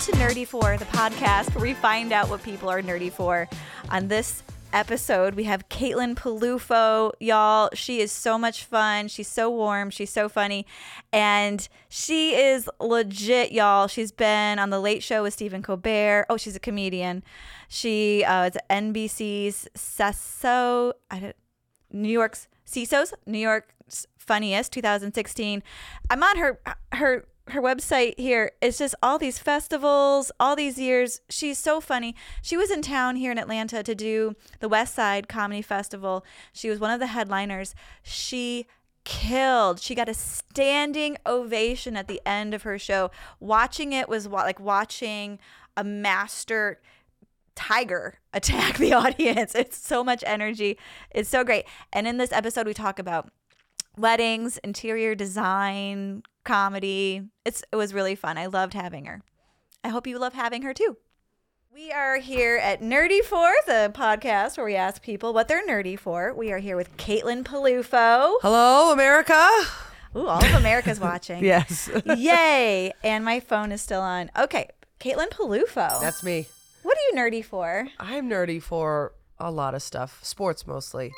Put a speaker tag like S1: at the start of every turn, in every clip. S1: to Nerdy For, the podcast where we find out what people are nerdy for. On this episode, we have Caitlin Palufo, y'all. She is so much fun. She's so warm. She's so funny. And she is legit, y'all. She's been on The Late Show with Stephen Colbert. Oh, she's a comedian. She uh, is NBC's Sasso. I don't. New York's CISO's New York's funniest 2016. I'm on her her her website here. It's just all these festivals, all these years. She's so funny. She was in town here in Atlanta to do the West Side Comedy Festival. She was one of the headliners. She killed. She got a standing ovation at the end of her show. Watching it was wa- like watching a master tiger attack the audience. It's so much energy. It's so great. And in this episode, we talk about weddings, interior design, comedy. It's it was really fun. I loved having her. I hope you love having her too. We are here at Nerdy For, the podcast where we ask people what they're nerdy for. We are here with Caitlin Palufo.
S2: Hello, America.
S1: Ooh, all of America's watching.
S2: Yes,
S1: Yay. And my phone is still on. Okay. Caitlin Palufo.
S2: that's me.
S1: what are you nerdy for?
S2: I'm nerdy for a lot of stuff, sports mostly.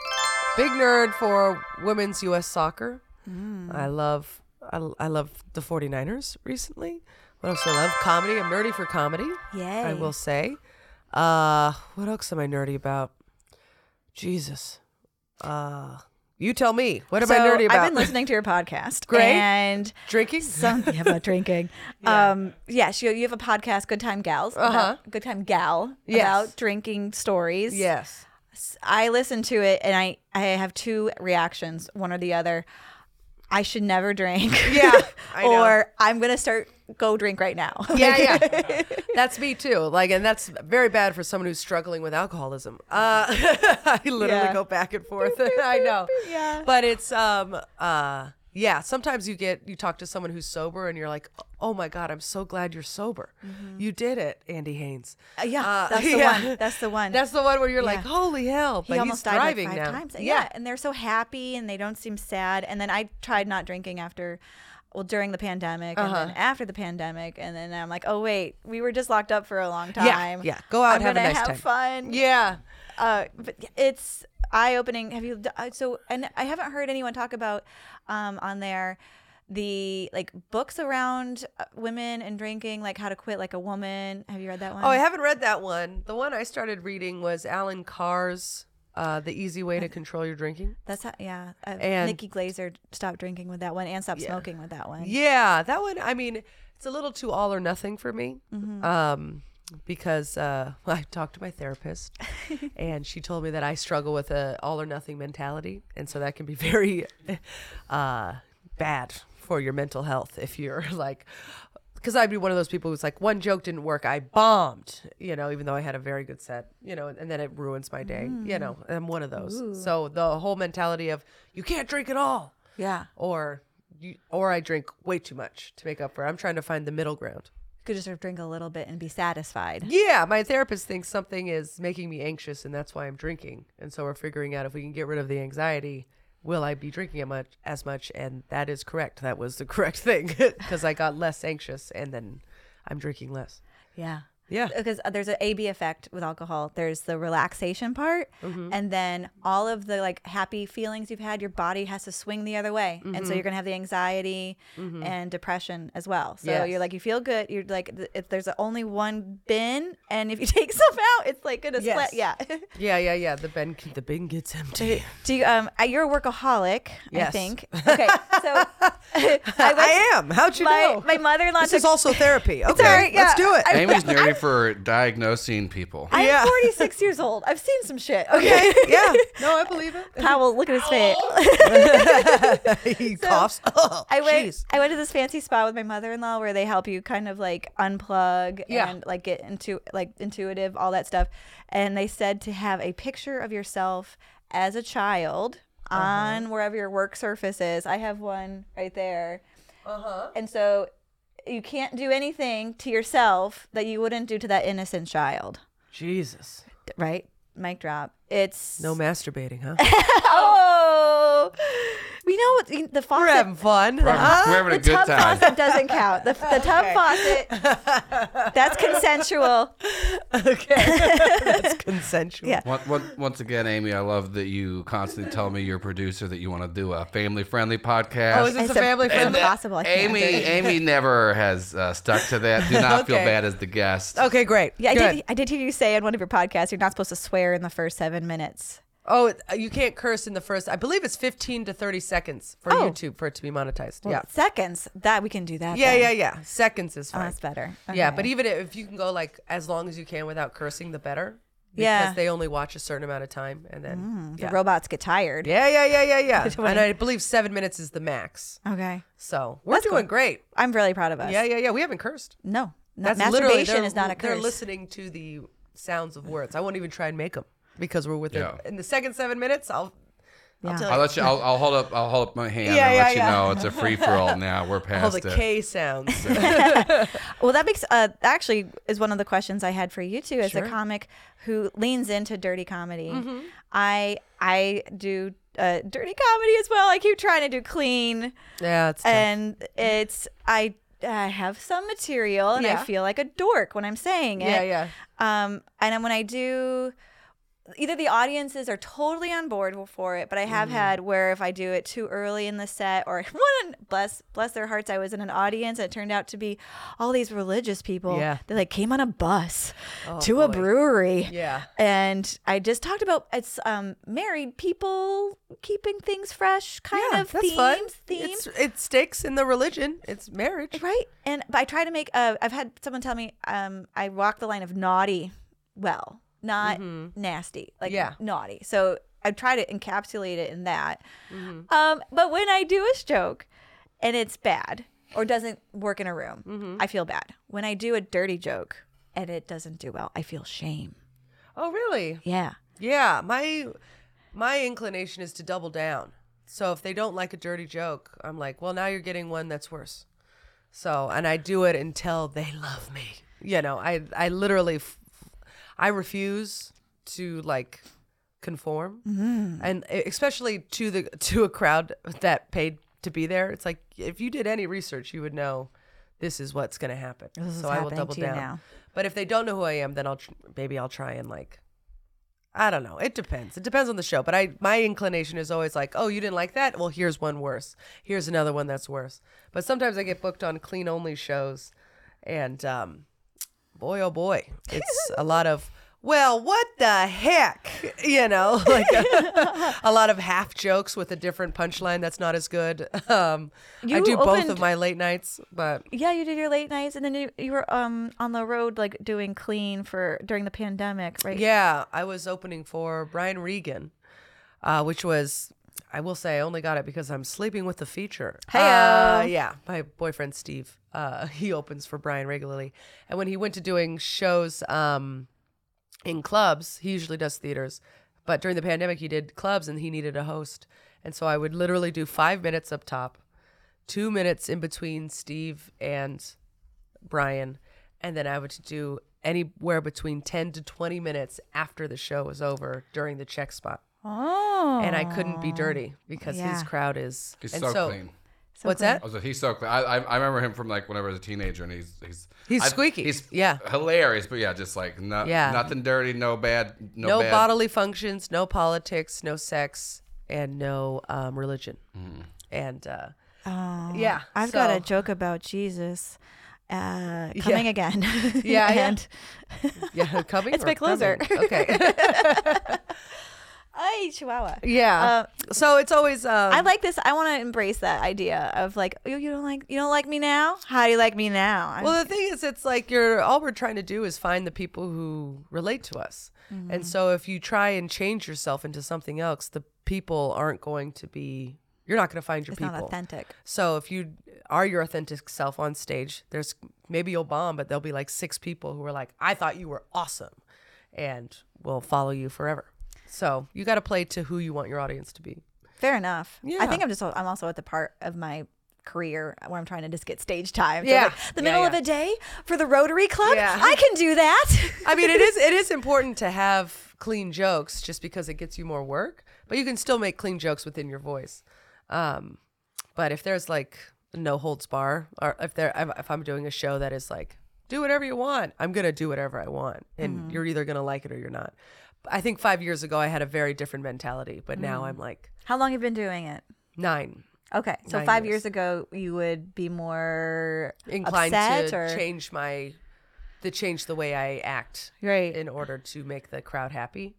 S2: Big nerd for women's U.S. soccer.
S1: Hmm.
S2: I love, I, I love the 49ers recently. What else do I love? Comedy. I'm nerdy for comedy.
S1: Yay.
S2: I will say. Uh, what else am I nerdy about? Jesus. Uh, you tell me. What am I
S1: So,
S2: nerdy about?
S1: I've been listening to your podcast.
S2: Great.
S1: And
S2: Drinking.
S1: something about drinking. Um, yes, you, you have a podcast, Good Time Gals. about- Good Time Gal.
S2: Uh-huh. Yes.
S1: About drinking stories.
S2: yes.
S1: I listened to it and I, I have two reactions, one or the other. I should never drink.
S2: Yeah, I know.
S1: or I'm going to start, go drink right now.
S2: yeah, yeah. That's me too. Like, and that's very bad for someone who's struggling with alcoholism. Uh, I literally
S1: Yeah.
S2: go back and forth. I know.
S1: Yeah.
S2: But it's um uh yeah. Sometimes you get you talk to someone who's sober and you're like, oh my god, I'm so glad you're sober. You did it, Andy Haynes.
S1: Mm-hmm. Uh, yeah, that's the one. That's the one.
S2: That's the one where you're like,
S1: Yeah.
S2: holy hell!
S1: He
S2: but
S1: almost
S2: he's
S1: died like
S2: thriving
S1: five
S2: now.
S1: times. Yeah. and they're so happy and they don't seem sad. And then I tried not drinking after, well, during the pandemic and
S2: Uh-huh.
S1: then after the pandemic. And then I'm like, oh wait, we were just locked up for a long
S2: Yeah,
S1: time.
S2: yeah. Go out
S1: I'm
S2: and have a
S1: gonna
S2: nice
S1: have
S2: time.
S1: fun.
S2: yeah.
S1: Uh, but it's eye opening. Have you d- uh, so? And I haven't heard anyone talk about um, on there the like books around uh, women and drinking, like how to quit like a woman. Have you read that one?
S2: Oh, I haven't read that one. The one I started reading was Alan Carr's uh, "The Easy Way to Control Your Drinking."
S1: That's how, yeah. Uh,
S2: And-
S1: Nikki Glazer stopped drinking with that one and stopped smoking with that one.
S2: Yeah, that one. I mean, it's a little too all or nothing for me, um, because uh, I talked to my therapist, and she told me that I struggle with a all or nothing mentality, and so that can be very uh, bad for your mental health if you're like. Because I'd be one of those people who's like, one joke didn't work, I bombed, you know, even though I had a very good set, you know, and then it ruins my day, you know, I'm one of those. So the whole mentality of you can't drink at all,
S1: Yeah.
S2: or you, or I drink way too much to make up for. it. I'm trying to find the middle ground.
S1: You could just sort of drink a little bit and be satisfied.
S2: Yeah, my therapist thinks something is making me anxious, and that's why I'm drinking. And so we're figuring out if we can get rid of the anxiety. Will I be drinking as much? As much, and that is correct. That was the correct thing because I got less anxious, and then I'm drinking less.
S1: Yeah.
S2: Yeah.
S1: Because Uh, there's an AB effect with alcohol. There's the relaxation part,
S2: Mm-hmm.
S1: and then all of the like happy feelings you've had, your body has to swing the other way, and
S2: Mm-hmm.
S1: so you're gonna have the anxiety and depression as well. So
S2: Yes.
S1: you're like you feel good. You're like th- if there's only one bin, and if you take some out, it's like gonna
S2: Yes.
S1: split. Yeah.
S2: Yeah, yeah, yeah. The bin, the bin gets empty.
S1: Do you, um, uh, you're a workaholic, I
S2: Yes.
S1: think. Okay, so I,
S2: I am. How'd you
S1: my,
S2: know?
S1: my mother-in-law
S2: this
S1: took-
S2: is also therapy. Okay,
S1: Sorry,
S2: let's
S1: yeah.
S2: do it.
S1: I-
S3: Amy's nerdy for diagnosing people.
S1: I'm
S2: Yeah.
S1: 46 years old. I've seen some shit. Okay.
S2: yeah. No, I believe it.
S1: Powell, look at his face.
S2: he coughs. Oh,
S1: I went.
S2: jeez.
S1: I went to this fancy spa with my mother-in-law where they help you kind of like unplug
S2: Yeah.
S1: and like get into like intuitive, all that stuff. And they said to have a picture of yourself as a child on wherever your work surface is. I have one right there. Uh-huh. And so you can't do anything to yourself that you wouldn't do to that innocent child,
S2: Jesus.
S1: right? Mic drop. It's
S2: No masturbating, huh?
S1: Oh, We know what the
S2: We're having
S1: faucet.
S2: fun.
S3: We're having,
S1: Ah, The
S3: we're having a good
S1: tub
S3: time.
S1: faucet doesn't count. The, the tub faucet. That's consensual.
S2: It's consensual.
S1: Yeah.
S3: Once, once- once again, Amy, I love that you constantly tell me your producer that you want to do a family-friendly podcast.
S2: Oh, is it- It's a
S1: so-
S2: family
S1: it's
S2: friendly-
S1: impossible. I can't.
S3: uh, Amy, Amy never has uh, stuck to that. Do not feel
S2: Okay.
S3: bad as the guest.
S2: Okay, great.
S1: Yeah, I
S2: Good.
S1: did, I did hear you say in one of your podcasts you're not supposed to swear in the first seven minutes.
S2: Oh, it- you can't curse in the first. I believe it's 15 to 30 seconds for
S1: Oh.
S2: YouTube for it to be monetized. yeah.
S1: Seconds. That we can do that.
S2: Yeah,
S1: then.
S2: yeah, yeah. Seconds is
S1: Oh,
S2: fine.
S1: that's better.
S2: Yeah,
S1: Okay.
S2: but e- even if you can go like as long as you can without cursing, the better. Because
S1: Yeah. Mm,
S2: they only watch a certain amount of time and then
S1: the
S2: yeah.
S1: robots get tired.
S2: yeah, yeah, yeah, yeah, yeah.
S1: Which one?
S2: And I believe seven minutes is the max.
S1: Okay.
S2: So we're
S1: That's
S2: doing
S1: cool.
S2: great.
S1: I'm really proud of us.
S2: Yeah, yeah, yeah. We haven't cursed.
S1: No. Not,
S2: That's literally
S1: masturbation
S2: they're-
S1: is not a
S2: They're
S1: curse.
S2: listening to the sounds of words. I won't even try and make them because we're within
S3: Yeah.
S2: in the second seven minutes. I'll
S1: Yeah.
S2: I'll tell
S3: I'll
S2: you.
S3: let you. I'll, I'll hold up. I'll hold up my hand
S2: Yeah,
S3: and
S2: yeah,
S3: let you
S2: yeah.
S3: know it's a free for all now. We're
S2: All
S3: past
S2: the
S3: it.
S2: K sounds.
S1: Well, that makes uh, actually is one of the questions I had for you too. As
S2: Sure. Mm-hmm.
S1: a comic who leans into dirty comedy, I I do uh, dirty comedy as well. I keep trying to do clean,
S2: yeah, it's
S1: Uh,
S2: tough.
S1: and it's I I have some material, and
S2: Yeah.
S1: I feel like a dork when I'm saying it.
S2: yeah, yeah.
S1: Um, and then when I do, either the audiences are totally on board for it, but I
S2: Mm-hmm.
S1: have had where if I do it too early in the set, or one bless bless their hearts, I was in an audience and it turned out to be all these religious people.
S2: Yeah.
S1: they like came on a bus
S2: Oh,
S1: to a
S2: boy.
S1: brewery.
S2: Yeah.
S1: And I just talked about it's um, married people keeping things fresh, kind
S2: yeah,
S1: of
S2: that's
S1: themes.
S2: fun.
S1: Themes,
S2: It's, it sticks in the religion. It's marriage.
S1: right? And but I try to make. Uh, I've had someone tell me um, I walk the line of naughty, well, not nasty, like
S2: Yeah.
S1: naughty. So I try to encapsulate it in that. Um, but when I do a joke, and it's bad or doesn't work in a room, I feel bad. When I do a dirty joke and it doesn't do well, I feel shame.
S2: Oh, really?
S1: Yeah.
S2: Yeah. My my inclination is to double down. So if they don't like a dirty joke, I'm like, well, now you're getting one that's worse. So and I do it until they love me. You know, I I literally f- I refuse to like conform,
S1: Mm-hmm.
S2: and e, especially to the to a crowd that paid to be there. It's like if you did any research, you would know this is what's going to happen.
S1: is
S2: so I will
S1: happening
S2: double
S1: to you
S2: down.
S1: now.
S2: But if they don't know who I am, then I'll tr- maybe I'll try and like I don't know. It depends. It depends on the show. But I my inclination is always like, oh, you didn't like that? Well, here's one worse. Here's another one that's worse. But sometimes I get booked on clean only shows and um boy oh boy. It's a lot of well, what the heck? You know, like a, lot of half jokes with a different punchline that's not as good. Um, I
S1: You
S2: do both of
S1: opened-
S2: my late nights, but
S1: Yeah, you did your late nights, and then you, you were um on the road like doing clean for during the pandemic, right?
S2: Yeah, I was opening for Brian Regan, uh, which was, I will say, I only got it because I'm sleeping with the feature. Uh,
S1: Heyo.
S2: yeah, my boyfriend Steve, uh, he opens for Brian regularly, and when he went to doing shows um, in clubs, he usually does theaters, but during the pandemic, he did clubs and he needed a host, and so I would literally do five minutes up top, two minutes in between Steve and Brian, and then I would do anywhere between 10 to 20 minutes after the show was over during the check spot.
S1: Oh.
S2: And I couldn't be dirty because his
S1: Yeah.
S2: crowd is.
S3: He's
S2: and
S3: so, clean.
S1: So
S2: What's
S1: clean.
S2: that?
S3: I was like, he's so clean. I, I I remember him from like whenever I was a teenager, and he's he's
S2: He's squeaky.
S3: He's
S2: Yeah.
S3: hilarious, but yeah, just like no,
S2: Yeah.
S3: nothing dirty, no bad, no,
S2: No
S3: bad.
S2: bodily functions, no politics, no sex, and no um, religion.
S3: Mm.
S2: And uh, yeah.
S1: I've got
S2: so-
S1: a joke about Jesus uh, coming again.
S2: yeah.
S1: and
S2: Yeah, coming.
S1: It's
S2: or
S1: my closer.
S2: coming? Okay.
S1: ay, Chihuahua.
S2: yeah. so it's always. Um,
S1: Uh, I like this. I want to embrace that idea of like, "Oh, you, you don't like you don't like me now. How do you like me now? I'm-
S2: Well, the thing is, it's like you're all we're trying to do is find the people who relate to us.
S1: Mm-hmm.
S2: And so if you try and change yourself into something else, the people aren't going to be. You're not going to find your
S1: it's
S2: people.
S1: not authentic.
S2: So if you are your authentic self on stage, there's maybe you'll bomb, but there'll be like six people who are like, "I thought you were awesome," and will follow you forever. So you got to play to who you want your audience to be.
S1: Fair enough. I
S2: Yeah.
S1: think I'm just I'm also at the part of my career where I'm trying to just get stage time. So
S2: Yeah.
S1: like, the
S2: Yeah,
S1: middle of
S2: yeah.
S1: a day for the Rotary Club.
S2: Yeah.
S1: I can do that.
S2: I mean, it is it is important to have clean jokes just because it gets you more work, but you can still make clean jokes within your voice. Um, but if there's like no holds bar, or if there if if I'm doing a show that is like do whatever you want, I'm gonna do whatever I want, and
S1: Mm-hmm.
S2: you're either gonna like it or you're not. I think five years ago I had a very different mentality, but
S1: Mm.
S2: now I'm like
S1: How long have you been doing it?
S2: nine
S1: Okay, so
S2: Nine
S1: five years.
S2: years.
S1: ago, you would be more
S2: inclined
S1: upset
S2: to
S1: or
S2: change my to change the way I act
S1: right.
S2: in order to make the crowd happy.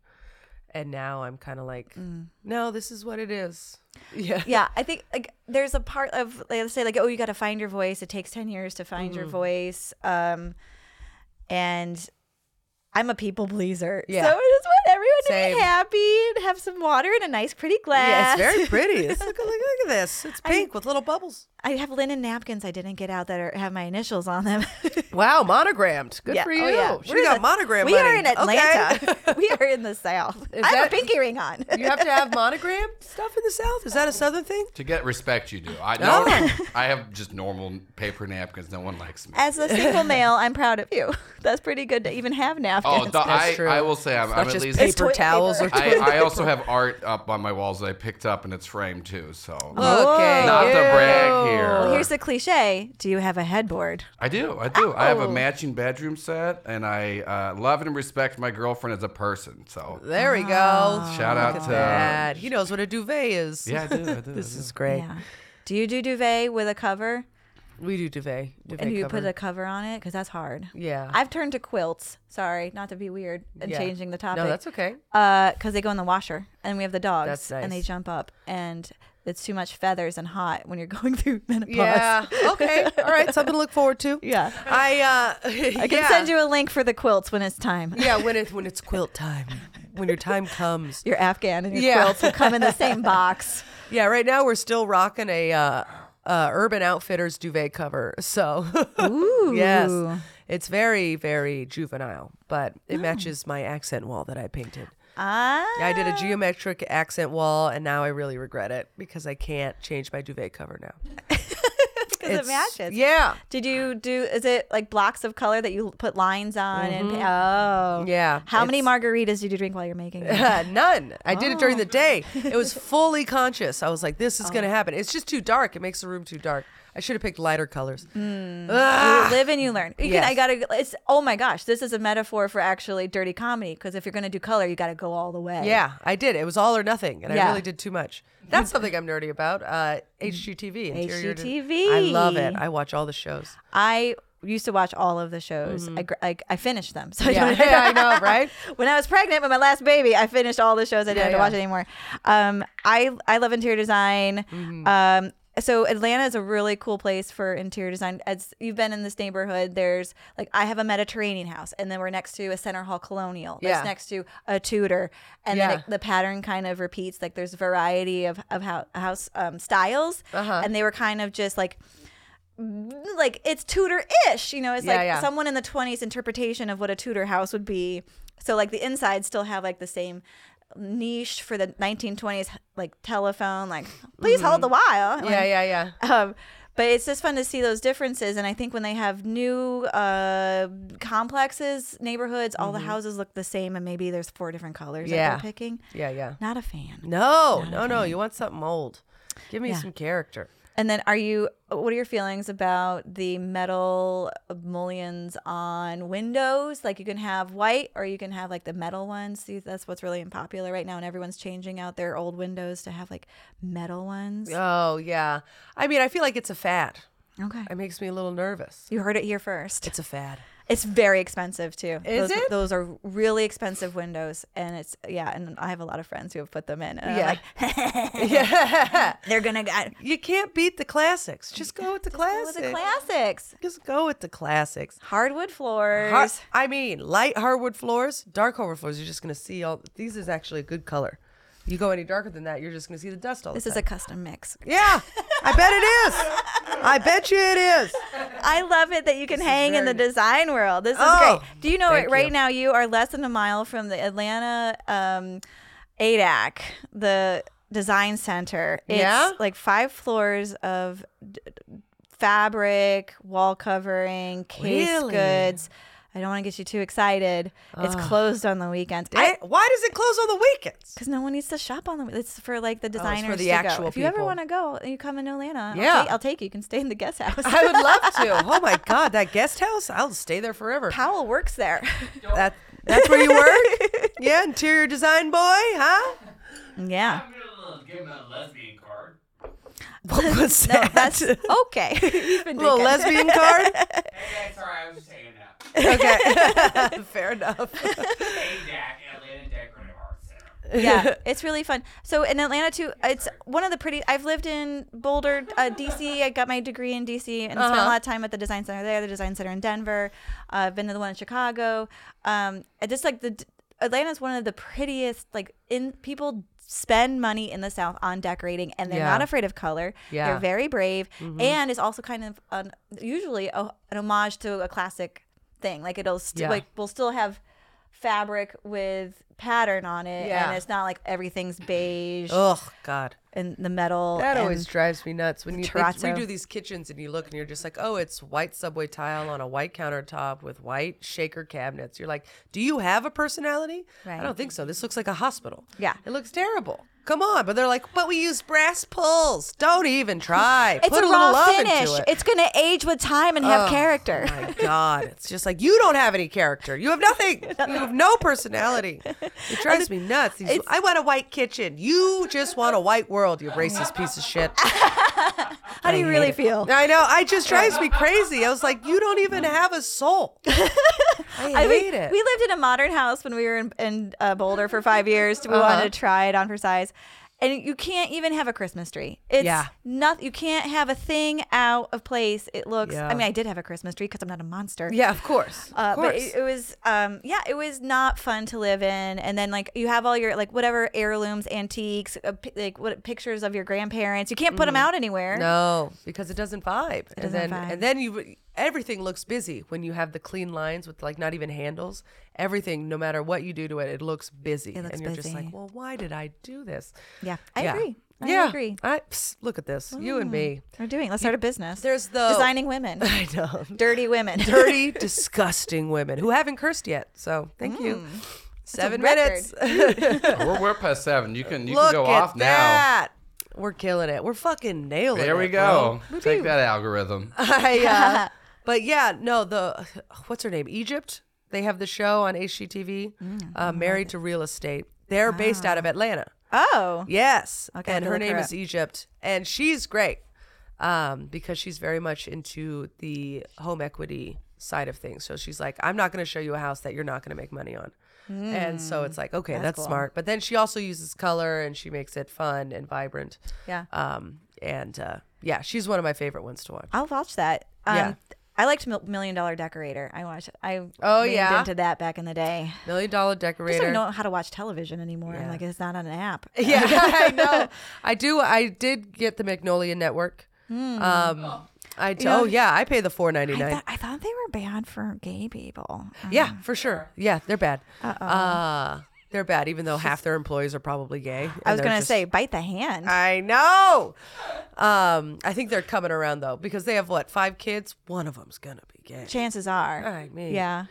S2: And now I'm kind of like, no, this is what it is. Mm. Yeah.
S1: yeah, I think like there's a part of like, let's say like oh you got to find your voice. It takes ten years to find
S2: Mm.
S1: your voice. Um, and I'm a people pleaser,
S2: Yeah.
S1: so I just want everyone to
S2: Same.
S1: be happy and have some water in a nice pretty
S2: Yeah,
S1: glass.
S2: it's very pretty. It's, look, look, look at this. It's pink with little bubbles.
S1: I have linen napkins I didn't get out that are, have my initials on them.
S2: Wow, monogrammed. Good for you.
S1: Oh, yeah.
S2: She
S1: We're
S2: got
S1: the-
S2: monogram.
S1: We
S2: money.
S1: are in
S2: Okay.
S1: Atlanta. we are in the South. I have
S2: that-
S1: a pinky ring on.
S2: you have to have monogram stuff in the South. Is that a Southern thing?
S3: To get respect, you do. I
S2: Oh.
S3: no, I have just normal paper napkins. No one likes me.
S1: As a single male, I'm proud of you. That's pretty good to even have napkins.
S3: oh, the, I,
S2: true.
S3: I will say I'm,
S2: Not
S3: I'm at
S2: just
S3: least.
S1: It's
S2: paper
S1: toilet
S2: towels or
S1: paper.
S2: toilet
S3: I, I also have art up on my walls that I picked up and it's framed too. So
S1: Oh,
S2: Okay.
S3: not to brag
S2: ew.
S3: here.
S1: Well, Oh, here's the cliche. Do you have a headboard?
S3: I do. I do. I have a
S1: Oh.
S3: matching bedroom set, and I uh, love and respect my girlfriend as a person. So
S2: There we go.
S3: shout out to
S2: Dad. He knows what a duvet is.
S3: yeah, I do. I do. I
S2: This
S3: do.
S2: is great.
S1: Yeah. Do you do duvet with a cover
S2: We do duvet. duvet
S1: and you
S2: cover.
S1: put a cover on it? Because that's hard.
S2: Yeah.
S1: I've turned to quilts. Sorry, not to be weird and
S2: Yeah.
S1: changing the topic.
S2: No, that's okay.
S1: because they go in the washer and we have the dogs
S2: That's
S1: and they
S2: nice.
S1: jump up and it's too much feathers and hot when you're going through menopause.
S2: Yeah. okay. All right. Something to look forward to.
S1: Yeah.
S2: I uh
S1: I can send you a link for the quilts when it's time.
S2: Yeah, when it when it's quilt time. When your time comes.
S1: Your Afghan and your
S2: Yeah.
S1: quilts will come in the same box.
S2: Yeah, right now we're still rocking a uh uh Urban Outfitters duvet cover. So
S1: Ooh. Oh.
S2: Yes. It's very, very juvenile, but it matches my accent wall that I painted.
S1: Ah.
S2: I did a geometric accent wall, and now I really regret it because I can't change my duvet cover now.
S1: Because it matches.
S2: Yeah.
S1: Did you do? Is it like blocks of color that you put lines on? And oh,
S2: Mm-hmm. Yeah,
S1: How many
S2: it's-
S1: margaritas did you drink while you're making it?
S2: None. I did it during the day. It
S1: Oh.
S2: was fully conscious. I was like, this is going to happen. It's just too dark. It makes the room too dark. I should have picked lighter colors.
S1: You
S2: Ah!
S1: live and you learn. You can,
S2: Yes.
S1: I gotta. It's oh my gosh, this is a metaphor for actually dirty comedy because if you're gonna do color, you gotta go all the way.
S2: Yeah, I did. It was all or nothing, and
S1: Yeah.
S2: I really did too much. That's something I'm nerdy about. Uh, HGTV. interior de-
S1: HGTV.
S2: I love it. I watch all the shows.
S1: I used to watch all of the shows. I gr- I, I finished them. So
S2: Mm-hmm. Yeah,
S1: I don't,
S2: yeah, I know, right?
S1: when I was pregnant with my last baby, I finished all the shows. I didn't
S2: Yeah,
S1: have to
S2: yeah.
S1: watch anymore. Um, I I love interior design.
S2: Mm-hmm.
S1: Um, so Atlanta is a really cool place for interior design. As you've been in this neighborhood, there's like I have a Mediterranean house, and then we're next to a Center Hall Colonial. That's
S2: Yeah.
S1: next to a Tudor, and
S2: Yeah.
S1: then it, the pattern kind of repeats. Like there's variety of of how, house um, styles,
S2: Uh-huh.
S1: and they were kind of just like like it's Tudor ish. You know, it's
S2: Yeah,
S1: like
S2: yeah.
S1: someone in the 20s interpretation of what a Tudor house would be. So like the insides still have like the same niche for the 1920s like telephone like please hold the while
S2: Mm-hmm. Yeah, yeah, yeah.
S1: um, but it's just fun to see those differences and i think when they have new uh, complexes neighborhoods all the houses look the same and maybe there's four different colors that
S2: Mm-hmm. Yeah.
S1: they're picking
S2: Yeah, yeah.
S1: not a fan
S2: No, no, no. You want something old. Give me
S1: Yeah.
S2: some character.
S1: And then, are you? What are your feelings about the metal mullions on windows? Like, you can have white, or you can have like the metal ones. See, that's what's really popular right now, and everyone's changing out their old windows to have like metal ones.
S2: Oh, yeah. I mean, I feel like it's a fad.
S1: Okay,
S2: It makes me a little nervous.
S1: you heard it here first.
S2: It's a fad.
S1: It's very expensive too.
S2: Is
S1: those,
S2: it?
S1: Those are really expensive windows, and it's yeah. And I have a lot of friends who have put them in. And yeah,
S2: Yeah.
S1: like,
S2: yeah.
S1: they're gonna go
S2: You can't beat the classics. Just go with the classics.
S1: with the classics.
S2: Just go with the classics.
S1: Hardwood floors.
S2: Har- I mean, light hardwood floors, dark hardwood floors. You're just gonna see all. These is actually a good color. You go any darker than that, you're just gonna see the dust all
S1: this
S2: the
S1: is a
S2: time.
S1: custom mix.
S2: This is a yeah. I bet it is. I bet you it is.
S1: I love it that you can hang in the
S2: very nice.
S1: design world. This is
S2: Oh,
S1: great. Do you know
S2: thank
S1: right, right
S2: you.
S1: now you are less than a mile from the Atlanta um, ADAC, the design center. It's
S2: Yeah?
S1: like five floors of d- fabric, wall covering, case
S2: Really?
S1: goods. I don't want to get you too excited. It's closed on the weekends.
S2: Eh, why does it close on the weekends?
S1: because no one needs to shop on the. week- It's for like the designers.
S2: Oh, for the
S1: to go.
S2: actual
S1: If you ever
S2: people.
S1: want to go, you come in Atlanta.
S2: Yeah.
S1: I'll take, I'll take you. You can stay in the guest house.
S2: I would love to. Oh my god, that guest house! I'll stay there forever.
S1: Powell works there.
S2: That that's where you work? yeah, interior design boy, huh?
S1: yeah.
S4: I'm gonna give him a lesbian card.
S2: What was
S1: No,
S2: that?
S1: that's okay. He's been
S2: little
S1: drinking.
S2: lesbian card.
S4: Hey, guys, sorry, I was just hanging out.
S2: Okay, fair enough.
S4: Hey, Jack, Atlanta Decorative Arts Center.
S1: yeah, it's really fun. So in Atlanta too, it's one of the pretty. I've lived in Boulder, uh, DC. I got my degree in DC and
S2: Uh-huh.
S1: spent a lot of time at the design center there, the design center in Denver. Uh, I've been to the one in Chicago. Um, and just like the Atlanta is one of the prettiest. Like in people spend money in the South on decorating, and they're
S2: Yeah.
S1: not afraid of color.
S2: Yeah. Mm-hmm.
S1: they're very brave, and it's also kind of an, usually a, an homage to a classic thing. Like it'll st-
S2: Yeah.
S1: like we'll still have fabric with pattern on it
S2: Yeah.
S1: and it's not like everything's beige
S2: Oh God,
S1: and the metal
S2: that
S1: and-
S2: always drives me nuts when you think, we
S1: terrazzo.
S2: do these kitchens and you look and you're just like, oh, it's white subway tile on a white countertop with white shaker cabinets. You're like, do you have a personality? I
S1: Right.
S2: don't think so. This looks like a hospital.
S1: Yeah.
S2: it looks terrible. Come on, but they're like, but we use brass pulls. Don't even try.
S1: it's
S2: Put
S1: a
S2: a, little
S1: raw
S2: love
S1: finish
S2: into it. Oh
S1: it's gonna age with time and have character
S2: My God, it's just like you don't have any character. You have nothing. You have no personality. It drives me nuts. These, I want a white kitchen. You just want a white world. You racist piece of shit.
S1: how do you really feel
S2: I know. I just drives me crazy. I was like, you don't even have a soul. I hate
S1: I mean,
S2: it.
S1: we lived in a modern house when we were in, in uh, Boulder for five years. We
S2: Uh-huh.
S1: wanted to try it on for size, and you can't even have a Christmas tree. It's
S2: Yeah.
S1: noth- You can't have a thing out of place. It looks.
S2: Yeah.
S1: I mean, I did have a Christmas tree because I'm not a monster.
S2: yeah, of course.
S1: Uh,
S2: of course.
S1: but it, it was, um, yeah, it was not fun to live in. And then like you have all your like whatever heirlooms, antiques, uh, pi- like what pictures of your grandparents. You can't put them out anywhere.
S2: Mm. No, because it doesn't vibe. and
S1: doesn't
S2: then
S1: vibe.
S2: and then you everything looks busy when you have the clean lines with like not even handles. Everything, no matter what you do to it, it looks busy.
S1: looks
S2: and you're just like,
S1: busy.
S2: well, why did I do this?
S1: Yeah, I agree. I
S2: yeah,
S1: agree.
S2: I psst, look at this, you and me.
S1: We're doing. Let's start a business.
S2: There's the-
S1: designing women,
S2: I know,
S1: dirty women.
S2: dirty, disgusting women who haven't cursed yet. So thank you. Seven
S1: Mm. record.
S2: minutes.
S3: We're, we're past seven. You can you
S2: look
S3: can go
S2: at
S3: off
S2: that. We're killing it. We're fucking
S3: now.
S2: nailing it.
S3: There we
S2: bro.
S3: go. Take that algorithm.
S2: I, uh, but yeah, no, the what's her name? Egypt. They have the show on HGTV,
S1: Mm,
S2: uh, Married to Real Estate. They're based out of Atlanta.
S1: oh,
S2: Yes.
S1: Ah. Okay, I have
S2: and
S1: to
S2: her
S1: look
S2: name
S1: her
S2: is
S1: up.
S2: Egypt, and she's great um, because she's very much into the home equity side of things. So she's like, I'm not going to show you a house that you're not going to make money on. and
S1: Mm,
S2: so it's like, okay, that's, smart. But then she also uses color and she makes it fun and vibrant.
S1: Yeah.
S2: Um, and uh, yeah, she's one of my favorite ones to watch.
S1: I'll watch that. Um,
S2: Yeah.
S1: I liked Mil- Million Dollar Decorator. I watched. I
S2: Oh,
S1: leaned
S2: yeah?
S1: into that back in the day.
S2: Million Dollar
S1: I
S2: Decorator.
S1: don't know how to watch television anymore. I'm like, it's not on an app.
S2: Yeah, I know. I do. I did get the Magnolia Network. Um, I do, oh yeah, I pay the four ninety
S1: Hmm. I
S2: nine.
S1: thought, I thought they were bad for gay people.
S2: Yeah, for sure. Yeah, they're bad. Uh, they're bad. Even though half their employees are probably gay. and
S1: I was
S2: they're
S1: gonna
S2: just-
S1: say bite the hand.
S2: I know. Um, I think they're coming around though because they have what five kids. One of them's gonna be gay.
S1: Chances are.
S2: I mean-
S1: Yeah.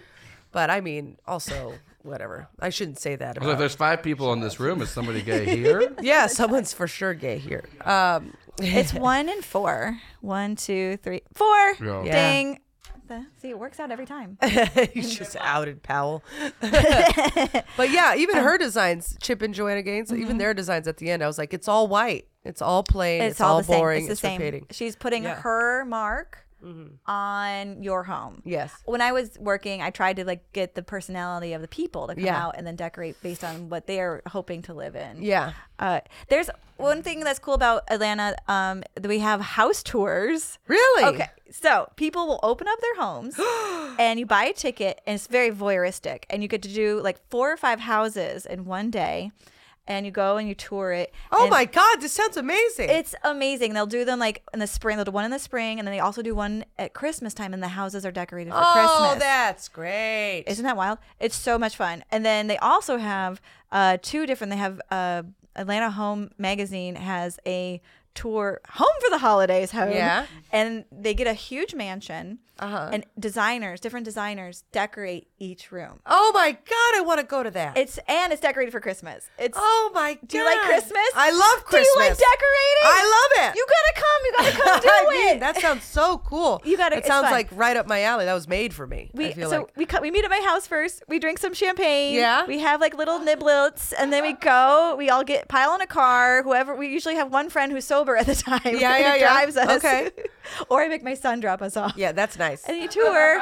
S2: But I mean, also whatever. I shouldn't say that.
S3: So if
S2: About
S3: there's five people in this room, is somebody gay here?
S2: yeah, someone's for sure gay here. Um,
S1: It's one and four. One, two, three, four.
S3: Yeah.
S2: Yeah.
S1: Ding. The- see, it works out every time.
S2: you just outed Powell. but yeah, even
S1: Um,
S2: her designs, Chip and Joanna Gaines, even their designs at the end, I was like, it's all white, it's all plain, it's, all,
S1: the
S2: boring,
S1: same. Mm-hmm. It's the same.
S2: repeating.
S1: She's putting
S2: Yeah. Mm-hmm.
S1: her mark on your home.
S2: Yes.
S1: When I was working, I tried to like get the personality of the people to come
S2: Yeah.
S1: out and then decorate based on what they are hoping to live in.
S2: Yeah.
S1: Uh, there's one thing that's cool about Atlanta. Um, that we have house tours.
S2: Really?
S1: Okay, so people will open up their homes, and you buy a ticket, and it's very voyeuristic, and you get to do like four or five houses in one day, and you go and you tour it.
S2: Oh
S1: and
S2: my God, this sounds amazing.
S1: It's amazing. They'll do them like in the spring. They'll do one in the spring, and then they also do one at Christmas time, and the houses are decorated for
S2: oh,
S1: Christmas.
S2: that's great.
S1: Isn't that wild? It's so much fun. And then they also have uh, two different. They have uh, Atlanta Home Magazine has a tour home for the holidays home
S2: Yeah. Uh-huh.
S1: and they get a huge mansion and designers different designers decorate each room
S2: Oh my god, I want to go to that.
S1: it's and it's decorated for christmas it's
S2: oh my god.
S1: do you like christmas
S2: I love
S1: do
S2: Christmas.
S1: you like decorating
S2: I love it.
S1: you gotta come you gotta come do
S2: I
S1: it
S2: mean, that sounds so cool.
S1: You gotta-
S2: It
S1: it's
S2: sounds
S1: fun.
S2: like right up my alley. That was made for me. I
S1: we
S2: feel
S1: so
S2: like.
S1: we cut, we meet at my house first. We drink some champagne.
S2: Yeah.
S1: We have like little niblets, and then we go. We all get pile in a car. Whoever we usually have one friend who's sober at the time.
S2: Yeah,
S1: and
S2: yeah,
S1: he
S2: yeah.
S1: Drives us.
S2: Okay.
S1: or I make my son drop us off.
S2: Yeah, that's nice.
S1: And you tour,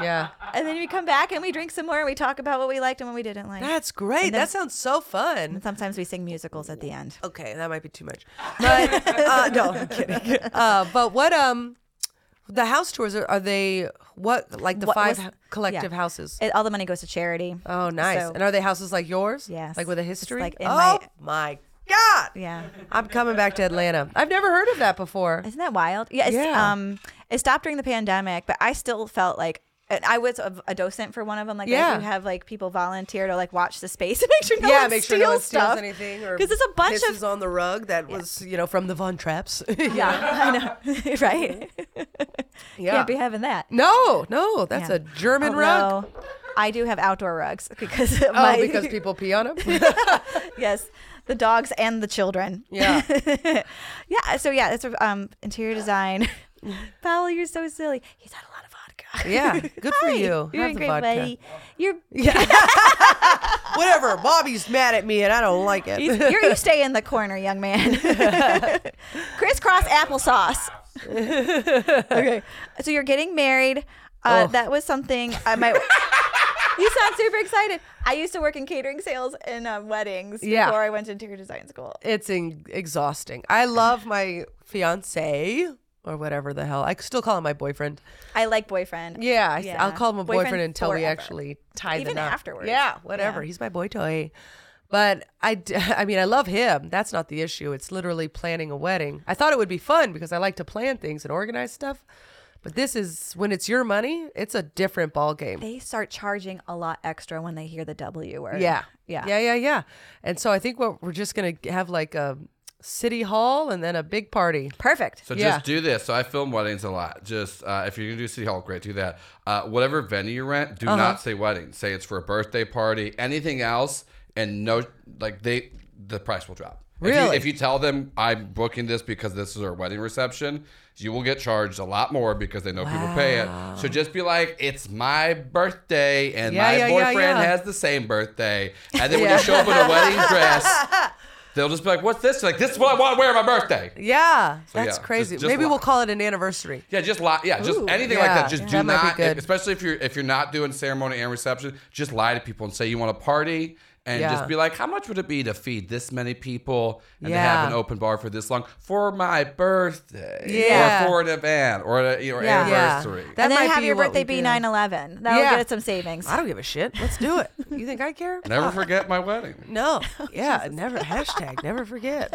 S2: Yeah.
S1: and then we come back and we drink some more, and we talk about what we liked and what we didn't like.
S2: That's great. that sounds so fun.
S1: and sometimes we sing musicals at the end.
S2: Okay, that might be too much. But uh, no, I'm kidding. Uh, but what um the house tours are, are they what like the
S1: What
S2: five
S1: was-
S2: h- collective
S1: yeah.
S2: houses?
S1: It, all the money goes to charity.
S2: Oh, nice.
S1: So-
S2: and are they houses like yours?
S1: Yes.
S2: Like with a
S1: It's
S2: history?
S1: like in
S2: oh
S1: my-
S2: my god.
S1: yeah.
S2: I'm coming back to Atlanta. I've never heard of that before.
S1: Isn't that wild? Yeah, it's,
S2: Yeah.
S1: Um, it stopped during the pandemic, but I still felt like and I was a, a docent for one of them. Like,
S2: Yeah.
S1: I do have like people volunteer to like watch the space and make sure no
S2: yeah,
S1: one
S2: make sure
S1: steals
S2: no one steals
S1: stuff.
S2: anything or
S1: because it's a bunch
S2: pisses
S1: of
S2: on the rug that was, you know, from the Von Trapps.
S1: yeah, I know, right?
S2: Mm-hmm. Yeah.
S1: Can't be having that.
S2: no, no, that's
S1: Yeah.
S2: a German rug.
S1: Although, I do have outdoor rugs because of
S2: Oh,
S1: my
S2: because people pee on them.
S1: yes, the dogs and the children.
S2: Yeah.
S1: yeah. So yeah, it's um interior design. Powell, you're so silly. He's had a lot of vodka.
S2: Mm-hmm. Yeah, good for
S1: Hi,
S2: you.
S1: You're
S2: Have
S1: a
S2: the
S1: great
S2: vodka.
S1: buddy. You're
S2: Yeah. Whatever. Bobby's mad at me and I don't like it.
S1: He's- You're, you stay in the corner, young man. Crisscross applesauce. okay. So you're getting married. Uh,
S2: Oh.
S1: that was something I might. you sound super excited. I used to work in catering sales and um, weddings
S2: Yeah.
S1: before I went to interior design school.
S2: it's in- exhausting. I love my fiance or whatever the hell. I still call him my boyfriend.
S1: I like boyfriend.
S2: Yeah, I,
S1: Yeah.
S2: will call him a boyfriend,
S1: Boyfriend
S2: until we
S1: forever.
S2: actually tie the
S1: Even
S2: knot.
S1: afterwards.
S2: Yeah, whatever.
S1: Yeah.
S2: He's my boy toy. But I, d- I mean, I love him. That's not the issue. It's literally planning a wedding. I thought it would be fun because I like to plan things and organize stuff. But this is when it's your money. It's a different ball game.
S1: They start charging a lot extra when they hear the W word.
S2: Yeah.
S1: Yeah.
S2: Yeah, yeah, yeah. And so I think what we're just going to have like a city hall and then a big party.
S1: Perfect.
S3: So
S2: Yeah.
S3: just do this. So I film weddings a lot. Just uh, if you're gonna do city hall, great, do that. Uh, whatever venue you rent,
S2: Uh-huh.
S3: do not say wedding. Say it's for a birthday party, anything else, and no, like they, the price will drop. If you-
S2: Really?
S3: If you, tell them I'm booking this because this is our wedding reception, you will get charged a lot more because they know people pay it. So just be like, it's my birthday, and
S2: Yeah,
S3: my
S2: yeah, yeah,
S3: boyfriend
S2: yeah.
S3: has the same birthday, and then when you show up in a wedding dress. They'll just be like, "What's this?" Like, "This is what I want to wear on my birthday."
S2: Yeah, that's
S3: yeah,
S2: crazy.
S3: just- just
S2: Maybe
S3: lo-
S2: we'll call it an anniversary.
S3: Yeah, just lie. Yeah, just
S1: Ooh.
S3: anything
S2: Yeah,
S3: like that. Just
S2: yeah.
S3: do
S2: That might be
S3: not,
S2: good.
S3: especially if you're if you're not doing ceremony and reception, just lie to people and say you want a party and
S2: Yeah.
S3: just be like, how much would it be to feed this many people and to
S2: Yeah.
S3: have an open bar for this long for my birthday
S2: Yeah.
S3: or for an event or a, you know,
S1: Yeah.
S3: anniversary?
S2: That
S1: and then
S2: might
S1: have
S2: be
S1: your
S2: what
S1: birthday
S2: we
S1: be
S2: do.
S1: 9 11. That'll
S2: Yeah.
S1: get us some savings.
S2: I don't give a shit. Let's do it. You think I care?
S3: Never forget my wedding,
S2: No.
S1: Oh,
S2: Yeah, never. Hashtag never forget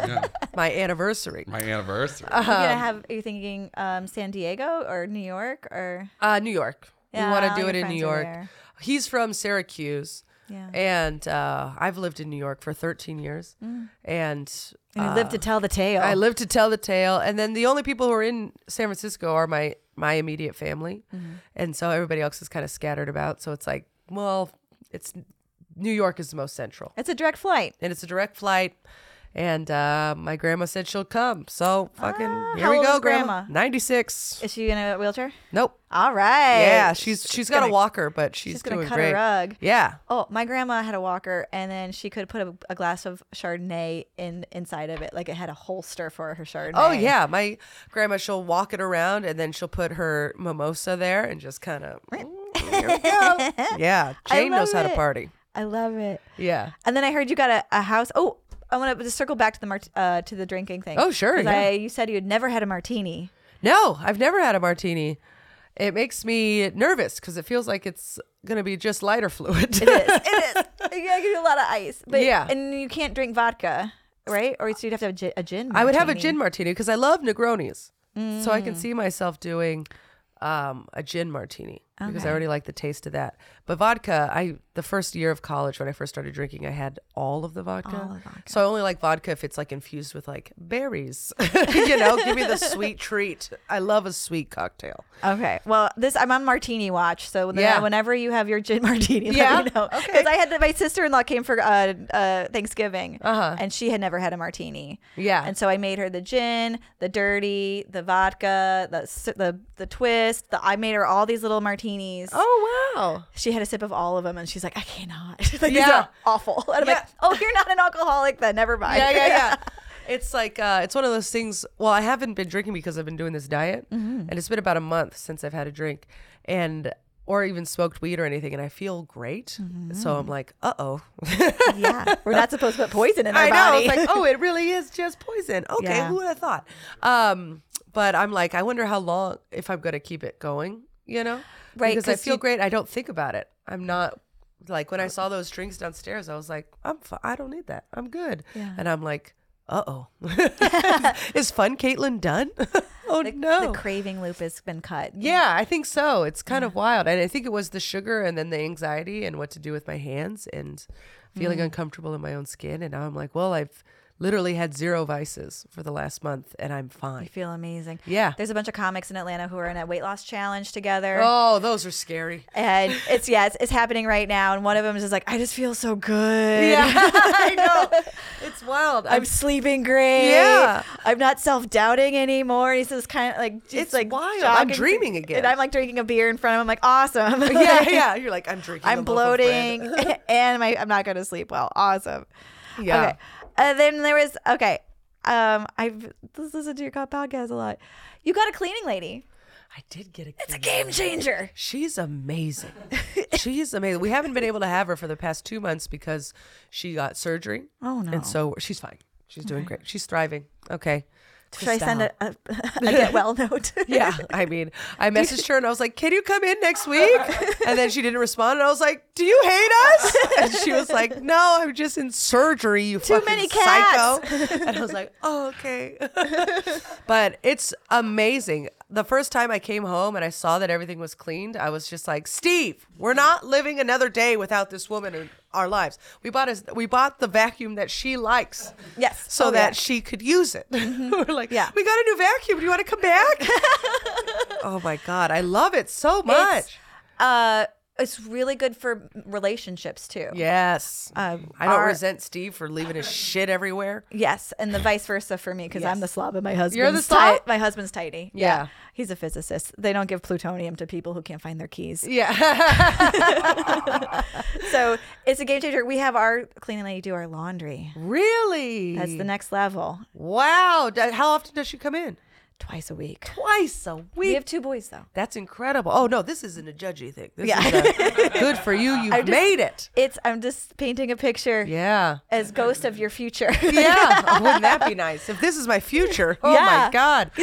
S2: my anniversary.
S3: my anniversary.
S2: Uh,
S1: you gonna have? Are you thinking um, San Diego or New York or?
S2: Uh, New York.
S1: Yeah,
S2: we want
S1: all
S2: to do
S1: your
S2: it in New
S1: friends are
S2: York.
S1: there.
S2: He's from Syracuse.
S1: Yeah.
S2: And uh, I've lived in New York for 13 years.
S1: Mm.
S2: And
S1: And you live to tell the tale.
S2: Uh, I live to tell the tale. And then the only people who are in San Francisco are my my immediate family,
S1: Mm-hmm.
S2: and so everybody else is kind of scattered about. So it's like, well, it's New York is the most central,
S1: it's a direct flight.
S2: and it's a direct flight. And uh, my grandma said she'll come, so fucking
S1: Ah,
S2: here
S1: how
S2: we
S1: old
S2: go,
S1: is
S2: grandma.
S1: grandma?
S2: Ninety six.
S1: Is she in a wheelchair?
S2: Nope.
S1: All right.
S2: Yeah, she's she's got
S1: gonna-
S2: a walker, but she's,
S1: she's gonna
S2: doing
S1: cut
S2: great.
S1: a rug.
S2: Yeah.
S1: Oh, my grandma had a walker, and then she could put a, a glass of Chardonnay in inside of it, like it had a holster for her Chardonnay.
S2: Oh yeah, my grandma she'll walk it around and then she'll put her mimosa there and just kind of yeah.
S1: I
S2: Jane knows
S1: love
S2: how to
S1: it.
S2: party.
S1: I love it.
S2: Yeah.
S1: And then I heard you got a, a house. Oh, I want to just circle back to the mart- uh, to the drinking thing.
S2: Oh, sure,
S1: 'Cause
S2: yeah.
S1: I, you said you had never had a martini.
S2: No, I've never had a martini. It makes me nervous because it feels like it's gonna be just lighter fluid.
S1: It is. It is. You gotta give you a lot of ice. But,
S2: Yeah.
S1: And you can't drink vodka, right? Or so you'd have to have a gin. A gin
S2: I would have a
S1: martini. Mm.
S2: gin martini because I love Negronis, so I can see myself doing um, a gin martini. because I already like the taste of that. But vodka, I the first year of college when I first started drinking, I had all of the vodka.
S1: All the vodka.
S2: So I only like vodka if it's like infused with like berries. you know, give me the sweet treat. I love a sweet cocktail.
S1: Okay. Well, this I'm on martini watch, so then,
S2: Yeah.
S1: whenever you have your gin martini,
S2: Yeah.
S1: let me know.
S2: Okay.
S1: Because I had my sister in law came for uh, uh, Thanksgiving, and she had never had a martini.
S2: Uh-huh. Yeah.
S1: And so I made her the gin, the dirty, the vodka, the s- the the twist. The, I made her all these little martinis.
S2: Oh wow.
S1: She had a sip of all of them, and she's like, "I cannot. like, These
S2: Yeah.
S1: are awful." And I'm
S2: Yeah.
S1: like, "Oh, you're not an alcoholic, then. Never mind."
S2: Yeah, yeah, yeah. It's like uh, it's one of those things. Well, I haven't been drinking because I've been doing this diet, and it's been about a month since I've had a drink, and or even smoked weed or anything, and I feel great. So I'm like, uh oh.
S1: yeah. We're not supposed to put poison in our
S2: I know.
S1: body.
S2: It's like, oh, it really is just poison. Okay,
S1: Yeah.
S2: who would have thought? Um, but I'm like, I wonder how long if I'm gonna keep it going. You know,
S1: Right,
S2: Because I
S1: 'cause
S2: feel
S1: you-
S2: great. I don't think about it. I'm not like when I saw those drinks downstairs, I was like, I'm fi- I don't need that. I'm good.
S1: Yeah.
S2: And I'm like, uh oh, is fun Caitlin done? oh
S1: the,
S2: no.
S1: the craving loop has been cut.
S2: yeah, I think so. It's kind of wild. And I think it was the sugar and then the anxiety and what to do with my hands and feeling uncomfortable in my own skin. And now I'm like, well, I've literally had zero vices for the last month and I'm
S1: You
S2: fine.
S1: feel amazing.
S2: Yeah.
S1: There's a bunch of comics in Atlanta who are in a weight loss challenge together.
S2: Oh, those are scary.
S1: And it's, yeah, it's, it's happening right now. And one of them is just like, I just feel so good.
S2: Yeah, I know. It's wild.
S1: I'm sleeping great.
S2: Yeah.
S1: I'm not self doubting anymore. And he's just kind of like, just
S2: It's
S1: like,
S2: wild. I'm
S1: jogging
S2: dreaming
S1: through-
S2: again.
S1: And I'm like drinking a beer in front of him. I'm like, awesome.
S2: yeah,
S1: Like,
S2: yeah. You're like, I'm drinking. a
S1: I'm
S2: loaf of bread.
S1: bloating and my, I'm not going to sleep well. Awesome.
S2: Yeah.
S1: Okay. And then there was, okay. Um, I've listened to your podcast a lot. You got a cleaning lady.
S2: I did get a.
S1: It's a game changer.
S2: She's amazing. she's amazing. We haven't been able to have her for the past two months because she got surgery.
S1: Oh, no.
S2: And so she's fine. She's doing great. She's thriving. Okay.
S1: Should I send
S2: it?
S1: a, a, a get well note?
S2: Yeah, I mean, I messaged her and I was like, "Can you come in next week?" And then she didn't respond, and I was like, "Do you hate us?" And she was like, "No, I'm just in surgery. You
S1: Too
S2: fucking
S1: many cats."
S2: psycho." And I was like, "Oh, okay." but it's amazing. The first time I came home and I saw that everything was cleaned, I was just like, "Steve, we're not living another day without this woman in our lives. We bought us, we bought the vacuum that she likes."
S1: Yes.
S2: so
S1: Oh,
S2: that
S1: yeah. Mm-hmm.
S2: she could use it. We're like,
S1: Yeah.
S2: we got a new vacuum. Do you want to come back? oh my god, I love it so much.
S1: It's, uh, it's really good for relationships too.
S2: yes, I don't
S1: Um, our-
S2: resent Steve for leaving his shit everywhere.
S1: Yes, and the vice versa for me because I'm the slob and my husband's
S2: You're the
S1: ti-
S2: slob?
S1: my husband's tidy.
S2: Yeah.
S1: he's a physicist. They don't give plutonium to people who can't find their keys.
S2: Yeah,
S1: So it's a game changer. We have our cleaning lady do our laundry.
S2: really.
S1: That's the next level.
S2: wow. D- How often does she come in?
S1: Twice a week.
S2: Twice a week.
S1: We have two boys though.
S2: That's incredible. Oh no, this isn't a judgy thing. This
S1: Yeah.
S2: is a, good for you. You've
S1: just-
S2: made it.
S1: It's I'm just painting a picture
S2: Yeah.
S1: as ghost of your future.
S2: Yeah, oh, wouldn't that be nice? If this is my future, oh
S1: Yeah.
S2: my god,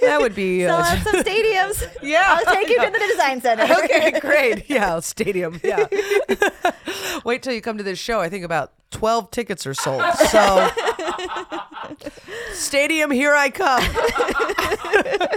S2: that would be
S1: Sell
S2: uh,
S1: out some stadiums.
S2: Yeah.
S1: I'll take you to the design center.
S2: okay, great. Yeah, stadium. Yeah. Wait till you come to this show. I think about 12 tickets are sold. So, stadium, here I come.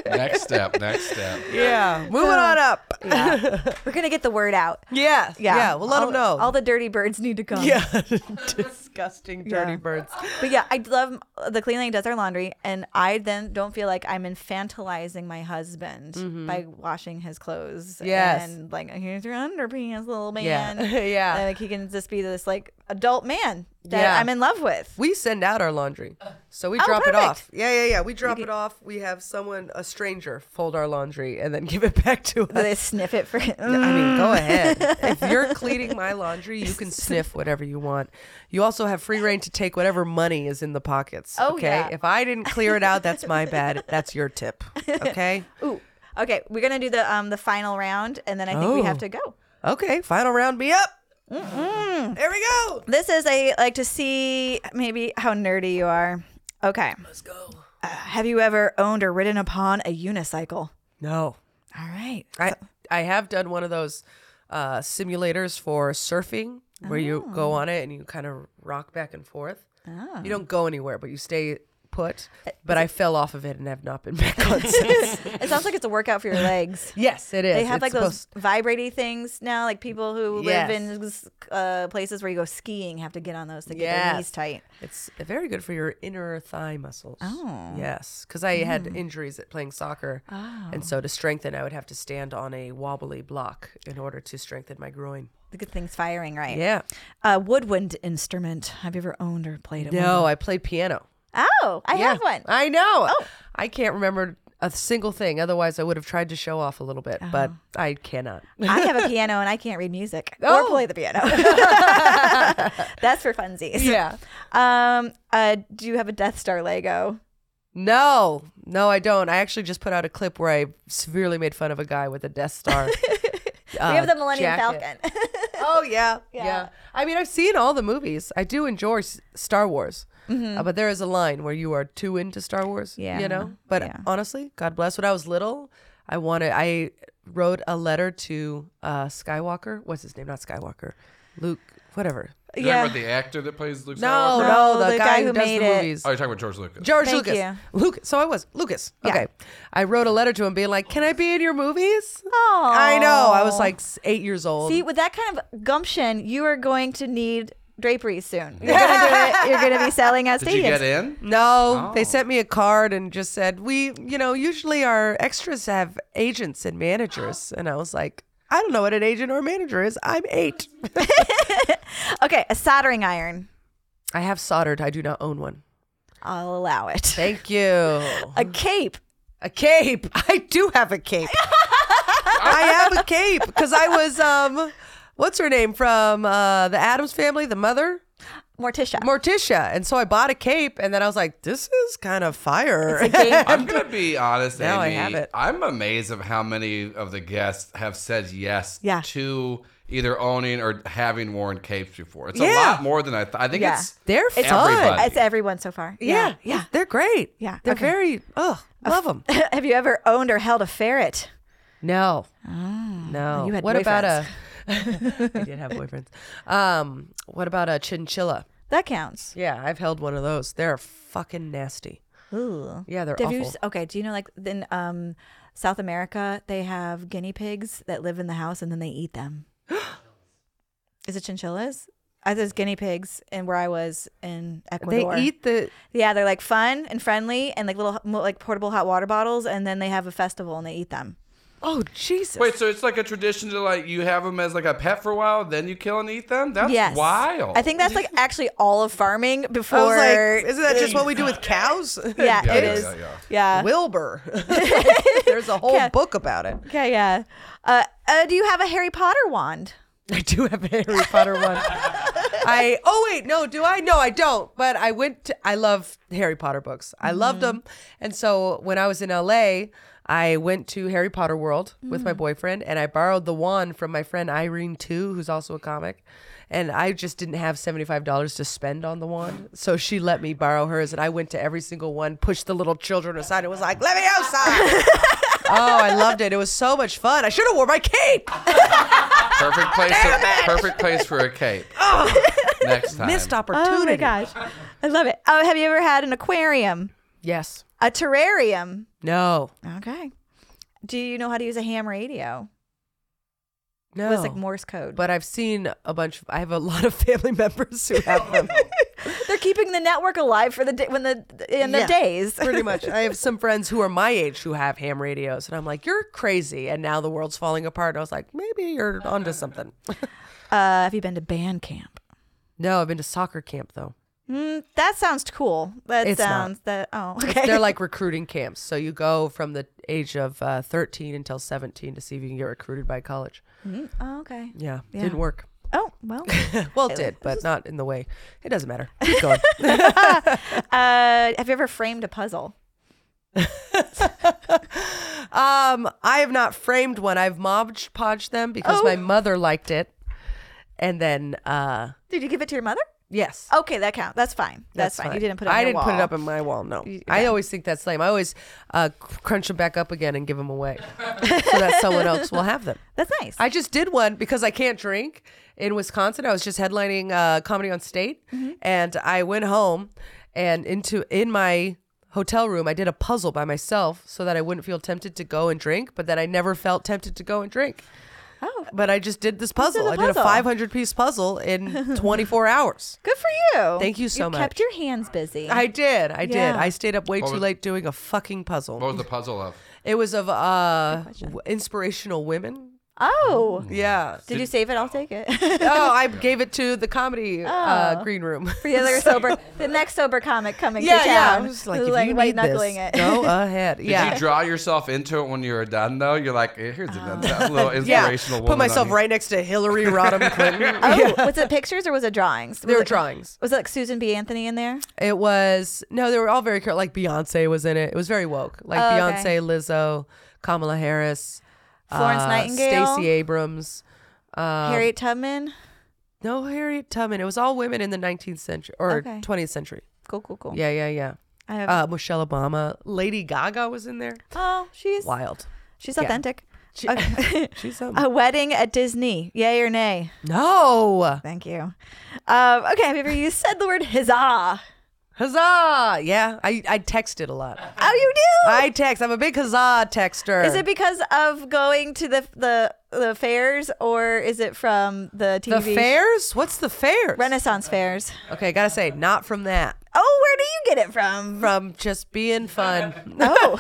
S3: next step. Next step.
S2: Yeah. Moving on up.
S1: Yeah. We're gonna get the word out.
S2: Yeah. Yeah. Well, let
S1: all,
S2: them know.
S1: All the dirty birds need to come.
S2: yeah. Disgusting, dirty
S1: Yeah.
S2: birds.
S1: But yeah, I love the clean lady does our laundry, and I then don't feel like I'm infantilizing my husband by washing his clothes.
S2: Mm-hmm. Yes.
S1: And like, here's your underpants, little man.
S2: Yeah. Yeah.
S1: And, like he can just be this like adult man that
S2: Yeah.
S1: I'm in love with.
S2: We send out our laundry. So we drop it
S1: Uh, oh, perfect.
S2: off. Yeah, yeah, yeah. We drop it off. We have someone, a stranger, fold our laundry and then give it back to us.
S1: Do they sniff it for him?
S2: I mean, go ahead. if you're cleaning my laundry, you can sniff whatever you want. You also have free reign to take whatever money is in the pockets.
S1: Oh,
S2: okay.
S1: yeah.
S2: If I didn't clear it out, that's my bad. That's your tip. Okay.
S1: Ooh. Okay, we're gonna do the um the final round, and then I think we
S2: Oh.
S1: have to go.
S2: Okay. Final round, me up. There we go.
S1: This is a like to see maybe how nerdy you are. Okay. Uh,
S2: Let's go.
S1: Have you ever owned or ridden upon a unicycle?
S2: No,
S1: All right.
S2: I I have done one of those uh, simulators for surfing
S1: Oh.
S2: where you go on it and you kind of rock back and forth. You don't go anywhere, but you stay put,
S1: Uh,
S2: but I fell off of it and have not been back on since.
S1: It sounds like it's a workout for your legs.
S2: yes, it is.
S1: They have
S2: It's
S1: like those
S2: supposed-
S1: vibrating things now. Like people who live in
S2: Yes.
S1: uh, places where you go skiing have to get on those to get their
S2: Yes.
S1: knees tight.
S2: It's very good for your inner thigh muscles.
S1: Oh. Mm.
S2: Yes, because I had injuries at playing soccer,
S1: Oh.
S2: and so to strengthen, I would have to stand on a wobbly block in order to strengthen my groin.
S1: The good thing's firing, right?
S2: Yeah.
S1: A woodwind instrument. Have you ever owned or played it?
S2: No, I played piano.
S1: Oh, I have one. Oh.
S2: I know. I can't remember a single thing. Otherwise, I would have tried to show off a little bit, but
S1: Oh.
S2: I cannot.
S1: I have a piano and I can't read music or
S2: Oh.
S1: play the piano. That's for funsies.
S2: Yeah.
S1: Um. Uh. Do you have a Death Star Lego?
S2: No, no, I don't. I actually just put out a clip where I severely made fun of a guy with a Death Star.
S1: we
S2: Uh,
S1: have the Millennium Falcon.
S2: Oh yeah,
S1: Yeah.
S2: yeah, I mean, I've seen all the movies. I do enjoy S- Star Wars, Uh, but there is a line where you are too into Star Wars.
S1: Mm-hmm. Yeah,
S2: you know. But
S1: yeah.
S2: honestly, God bless. When I was little, I wanted. I wrote a letter to uh, Skywalker. What's his name? Not Skywalker. Luke. Whatever.
S3: You talking about the actor that plays Luke
S2: No,
S3: Skywalker?
S2: no, the, guy, who, does
S1: made
S2: the
S1: it.
S2: movies.
S3: Oh, you're talking about George Lucas.
S2: George
S1: Thank
S2: Lucas.
S1: you.
S2: Luke. So I was Lucas.
S1: Yeah.
S2: Okay. I wrote a letter to him being like, "Can I be in your movies?"
S1: Oh.
S2: I know. I was like s- eight years old.
S1: See, with that kind of gumption, you are going to need draperies soon. You're going to, do it. You're going to be selling out
S3: Did you
S1: stadiums.
S3: get in?
S2: No,
S3: Oh.
S2: they sent me a card and just said, "We, you know, usually our extras have agents and managers." And I was like, "I don't know what an agent or a manager is. I'm eight.
S1: Okay, a soldering iron.
S2: I have soldered. I do not own one.
S1: I'll allow it.
S2: Thank you.
S1: A cape.
S2: A cape. I do have a cape. I have a cape because I was um, what's her name from uh, the Adams Family, the mother.
S1: Morticia.
S2: Morticia. And so I bought a cape and then I was like, this is kind of fire.
S3: I'm gonna be honest,
S2: Now I
S3: Amy.
S2: have it.
S3: I'm amazed of how many of the guests have said yes
S1: Yeah.
S3: to either owning or having worn capes before. It's a
S2: Yeah.
S3: lot more than I thought. I think
S1: Yeah.
S3: it's
S2: They're
S3: It's
S2: fun.
S3: everybody.
S1: It's everyone so far.
S2: Yeah,
S1: Yeah.
S2: They're great.
S1: Yeah,
S2: They're
S1: okay.
S2: very, oh, love them.
S1: Have you ever owned or held a ferret?
S2: No. no.
S1: you had
S2: what about a, I did have boyfriends. Um, what about a chinchilla?
S1: That counts.
S2: Yeah, I've held one of those. They're fucking nasty.
S1: Ooh.
S2: Yeah, they're
S1: Have you
S2: awful.
S1: s- okay, do you know like in um, South America, they have guinea pigs that live in the house and then they eat them? Is it chinchillas? I there's guinea pigs and where I was in
S2: they
S1: Ecuador.
S2: eat the,
S1: Yeah, they're like fun and friendly and like little mo- like portable hot water bottles, and then they have a festival and they eat them.
S2: oh, Jesus.
S3: wait. So it's like a tradition to like you have them as like a pet for a while, then you kill and eat them. That's
S1: yes,
S3: wild.
S1: I think that's like actually all of farming before.
S2: I was like, isn't that just what we do with cows?
S1: yeah,
S3: Yeah,
S1: it
S3: yeah,
S1: is.
S3: yeah, yeah.
S1: yeah.
S2: Wilbur. There's a whole
S1: Yeah.
S2: book about it.
S1: Okay, yeah. Uh, uh, do you have a Harry Potter wand?
S2: I do have a Harry Potter one. I oh wait no do I no I don't but I went to, I love Harry Potter books I loved
S1: Mm-hmm.
S2: them and so when I was in L.A. I went to Harry Potter World with
S1: Mm.
S2: my boyfriend and I borrowed the wand from my friend Irene too who's also a comic and I just didn't have seventy five dollars to spend on the wand so she let me borrow hers and I went to every single one pushed the little children aside and was like let me outside. oh I loved it it was so much fun I should have worn my cape.
S3: perfect place. to- perfect place for a cape. Next time.
S2: Oh. Missed opportunity.
S1: Oh my gosh, I love it. Oh, have you ever had an aquarium?
S2: Yes.
S1: A terrarium?
S2: No.
S1: Okay. Do you know how to use a ham radio?
S2: No.
S1: It was like Morse code.
S2: Oh. but I've seen a bunch of I have a lot of family members who have them.
S1: They're keeping the network alive for the day, when the in the
S2: Yeah. uh,
S1: days.
S2: Pretty much. I have some friends who are my age who have ham radios and I'm like, You're crazy and now the world's falling apart and I was like, Maybe you're onto something.
S1: Uh, have you been to band camp?
S2: no, I've been to soccer camp though.
S1: Mm, that sounds cool. That
S2: It's not.
S1: sounds that. Oh, okay.
S2: They're like recruiting camps. So you go from the age of uh, 13 until 17 to see if you can get recruited by college.
S1: oh, okay.
S2: Yeah,
S1: Yeah.
S2: didn't work.
S1: Oh well.
S2: Well, it did, but not in the way. It doesn't matter. Keep going.
S1: Uh, have you ever framed a puzzle?
S2: Um, I have not framed one. I've mobbed podged them because
S1: Oh.
S2: my mother liked it, and then uh,
S1: Did you give it to your mother?
S2: yes,
S1: Okay, that counts. That's fine. Oh, That's, fine. You didn't put it. On
S2: I
S1: your
S2: didn't put it
S1: wall.
S2: up in my wall. No, I always think that's lame. I always uh, cr- crunch them back up again and give them away so that someone else will have them.
S1: That's nice.
S2: I just did one because I can't drink in Wisconsin. I was just
S1: Mm-hmm.
S2: headlining uh, comedy on state, and I went home and into in my hotel room, I did a puzzle by myself so that I wouldn't feel tempted to go and drink, but then I never felt tempted to go and drink.
S1: Oh.
S2: But I just did this puzzle.
S1: the
S2: I did a
S1: puzzle.
S2: 500 piece puzzle in 24 hours.
S1: Good for you.
S2: Thank you so
S1: you
S2: much.
S1: Kept your hands busy.
S2: I did. I
S1: Yeah.
S2: did. I stayed up way
S3: What
S2: too
S3: was-
S2: late doing a fucking puzzle.
S3: What was the puzzle of?
S2: It was of uh
S1: question.
S2: w- inspirational women.
S1: oh.
S2: Yeah.
S1: Did you save it? I'll take it.
S2: oh, I gave it to the comedy
S1: Oh.
S2: uh, green room.
S1: For the other sober, the next sober comic coming
S2: yeah,
S1: to
S2: yeah.
S1: town.
S2: I'm just like,
S1: Who's
S2: if you
S1: white
S2: need
S1: knuckling
S2: this,
S1: it.
S2: go ahead.
S3: Did
S2: yeah.
S3: you draw yourself into it when you were done though? You're like, eh, here's a little
S2: Uh, yeah.
S3: inspirational woman.
S2: Put
S3: on
S2: myself
S3: here.
S2: right next to Hillary Rodham Clinton.
S1: oh,
S2: Yeah.
S1: was it pictures or was it drawings? Was
S2: They were
S1: it-
S2: drawings.
S1: Was it like Susan B. Anthony in there?
S2: It was no, they were all very cur- like Beyonce was in it. It was very woke. Like
S1: Oh,
S2: Beyonce,
S1: okay.
S2: Lizzo, Kamala Harris,
S1: Florence
S2: uh,
S1: Nightingale?
S2: Stacey Abrams. Um,
S1: Harriet Tubman.
S2: No, Harriet Tubman. It was all women in the 19th century or
S1: Okay.
S2: 20th century.
S1: Cool, cool, cool.
S2: Yeah, yeah, yeah.
S1: I have,
S2: Uh, Michelle Obama, Lady Gaga was in there.
S1: oh, she's
S2: Wild.
S1: she's authentic.
S2: She-
S1: Okay.
S2: She's something.
S1: A wedding at Disney. Yay or nay?
S2: no,
S1: Thank you. Um, okay, have you ever used said the word huzzah?
S2: huzzah! Yeah, I I texted a lot.
S1: Oh, you do?
S2: I text. I'm a big huzzah texter.
S1: Is it because of going to the the the fairs, or is it from the TV?
S2: the fairs? What's the fairs?
S1: Renaissance fairs.
S2: okay, gotta say, not from that.
S1: Oh, where do you get it from?
S2: From just being fun.
S1: oh,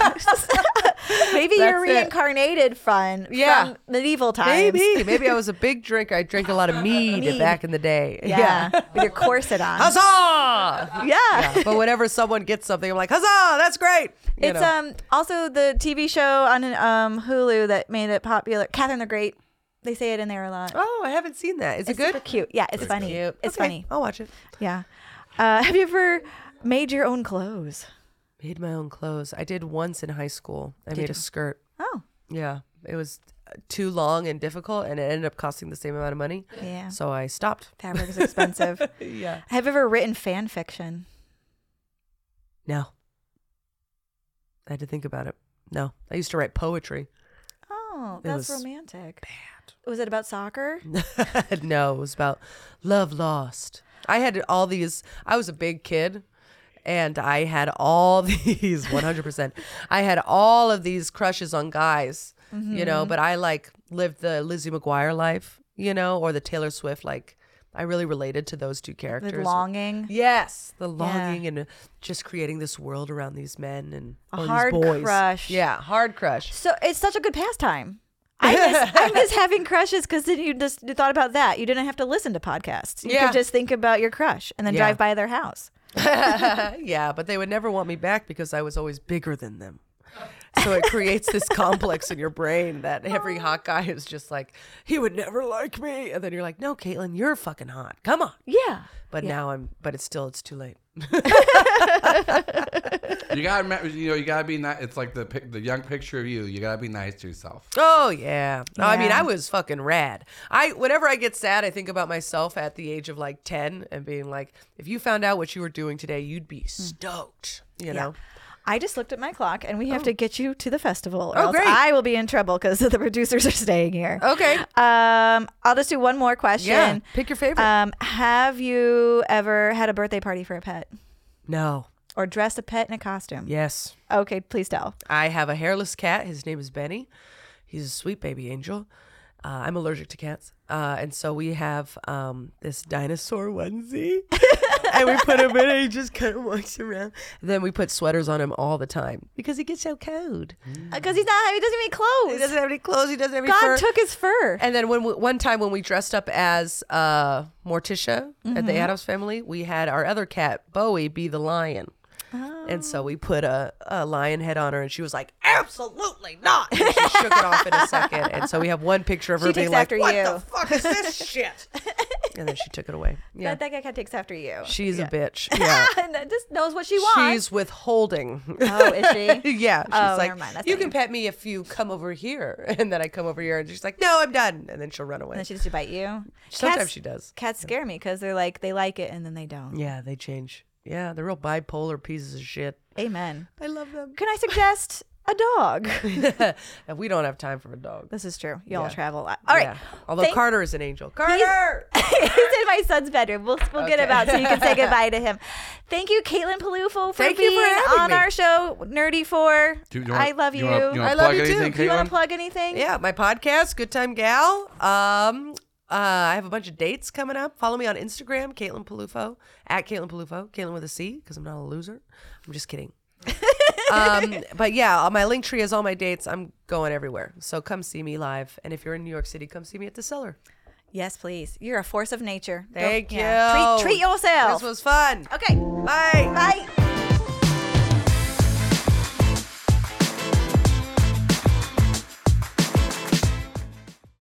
S1: maybe you're
S2: That's it.
S1: reincarnated fun
S2: Yeah.
S1: from medieval times.
S2: Maybe, maybe I was a big drinker. I drank a lot of mead,
S1: Mead.
S2: back in the day.
S1: Yeah, with your corset on.
S2: Huzzah!
S1: yeah.
S2: but whenever someone gets something, I'm like, huzzah! That's great. You
S1: It's
S2: know.
S1: um also the TV show on um Hulu that made it popular. Catherine the Great. They say it in there a lot.
S2: Oh, I haven't seen that. Is it
S1: it's
S2: good?
S1: super cute. Yeah, it's funny.
S2: Cute.
S1: It's
S2: Okay,
S1: funny.
S2: I'll watch it.
S1: Yeah. Uh, have you ever made your own clothes?
S2: Made my own clothes. I did once in high school. I
S1: you?
S2: made a skirt.
S1: Oh,
S2: Yeah, it was uh, too long and difficult, and it ended up costing the same amount of money.
S1: yeah.
S2: So I stopped.
S1: Fabric is expensive.
S2: Yeah.
S1: have you ever written fan fiction?
S2: No. I had to think about it. No, I used to write poetry.
S1: Oh,
S2: It
S1: that's
S2: was
S1: romantic. Was it about soccer?
S2: no, it was about love lost. I had all these. I was a big kid, and I had all these. One hundred percent. I had all of these crushes on guys, you
S1: Mm-hmm.
S2: know. But I like lived the Lizzie McGuire life, you know, or the Taylor Swift. Like I really related to those two
S1: With
S2: characters.
S1: longing.
S2: Yes, the longing and just creating this world around these men and
S1: A
S2: or
S1: hard
S2: these boys.
S1: crush.
S2: Yeah, hard crush.
S1: So it's such a good pastime. I miss, I miss having crushes because then you just you thought about that. You didn't have to listen to podcasts. You
S2: Yeah.
S1: could just think about your crush and then
S2: Yeah.
S1: drive by their house.
S2: yeah, but they would never want me back because I was always bigger than them. So it creates this complex in your brain that every hot guy is just like, he would never like me. And then you're like, no, Caitlin, you're fucking hot. Come on.
S1: Yeah.
S2: But now I'm, but it's still, it's too late.
S3: You gotta, ma- you know, you gotta be nice. It's like the pic- the young picture of you. You gotta be nice to yourself.
S2: Oh, yeah. No, I mean,
S1: Yeah.
S2: I was fucking rad. I, whenever I get sad, I think about myself at the age of like 10 and being like, if you found out what you were doing today, you'd
S1: Mm.
S2: be stoked, you know?
S1: I just looked at my clock and we have to get you to the festival. Or
S2: Oh,
S1: else
S2: great.
S1: I will be in trouble because the producers are staying here.
S2: Okay.
S1: Um, I'll just do one more question.
S2: Yeah. Pick your favorite.
S1: Um, have you ever had a birthday party for a pet
S2: no.
S1: or dressed a pet in a costume?
S2: Yes.
S1: Okay, please tell.
S2: I have a hairless cat. His name is Benny. He's a sweet baby angel. Uh, I'm allergic to cats. Uh, and so we have um, this dinosaur onesie. and we put him in and he just kind of walks around. then we put sweaters on him all the time because he gets so cold.
S1: Because Uh, he's not. He doesn't even
S2: Mm. He
S1: clothes.
S2: doesn't have any clothes. He doesn't have any
S1: God
S2: fur.
S1: took his fur.
S2: And then when we, one time when we dressed up as uh, Morticia
S1: Mm-hmm.
S2: at the Adams Family, we had our other cat Bowie be the lion. And so we put a, a lion head on her, and she was like, "Absolutely not!" And she shook it off in a second. And so we have one picture of her
S1: She
S2: being
S1: takes
S2: like,
S1: after
S2: "What
S1: you."
S2: the fuck is this shit?" and then she took it away. Yeah,
S1: That, that guy takes after you.
S2: she's a bitch. Yeah,
S1: and that just knows what she wants.
S2: she's withholding.
S1: oh, is she?
S2: yeah, she's
S1: Oh,
S2: like,
S1: never mind. That's
S2: "You
S1: what I
S2: can pet me if you come over here," and then I come over here, and she's like, "No, I'm done," and then she'll run away.
S1: And then she just bite you.
S2: Sometimes
S1: Cats-
S2: she does.
S1: Cats scare me because they're like they like it and then they don't.
S2: Yeah, they change. Yeah, they're real bipolar pieces of shit.
S1: Amen.
S2: I love them.
S1: Can I suggest a dog.
S2: And we don't have time for a dog.
S1: This is true. Y'all
S2: Yeah.
S1: travel a lot. All right.
S2: Yeah. Although
S1: Thank-
S2: Carter is an angel. Carter.
S1: He's in my son's bedroom. We'll, we'll get him
S2: Okay.
S1: out so you can say goodbye to him. Thank you, Caitlin Palufo, for
S2: Thank you
S1: being
S2: for having
S1: on
S2: me.
S1: our show, Nerdy Four.
S3: Do you wanna-
S1: I love you.
S3: You wanna, you wanna
S2: I love
S3: plug
S2: you too.
S3: anything,
S1: Do you want
S3: Caitlin?
S1: to plug anything?
S2: Yeah, my podcast, Good Time Gal. Um, uh, I have a bunch of dates coming up. Follow me on Instagram, Caitlin Palufo, at Caitlin Palufo, Caitlin with a C, because I'm not a loser. I'm just kidding. um, but yeah, on my link tree is all my dates. I'm going everywhere. So come see me live. And if you're in New York City, come see me at the cellar.
S1: Yes, please. You're a force of nature. Go-
S2: Thank
S1: yeah.
S2: you.
S1: Treat, treat
S2: This
S1: yourself.
S2: was fun.
S1: okay.
S2: Bye.
S1: Bye.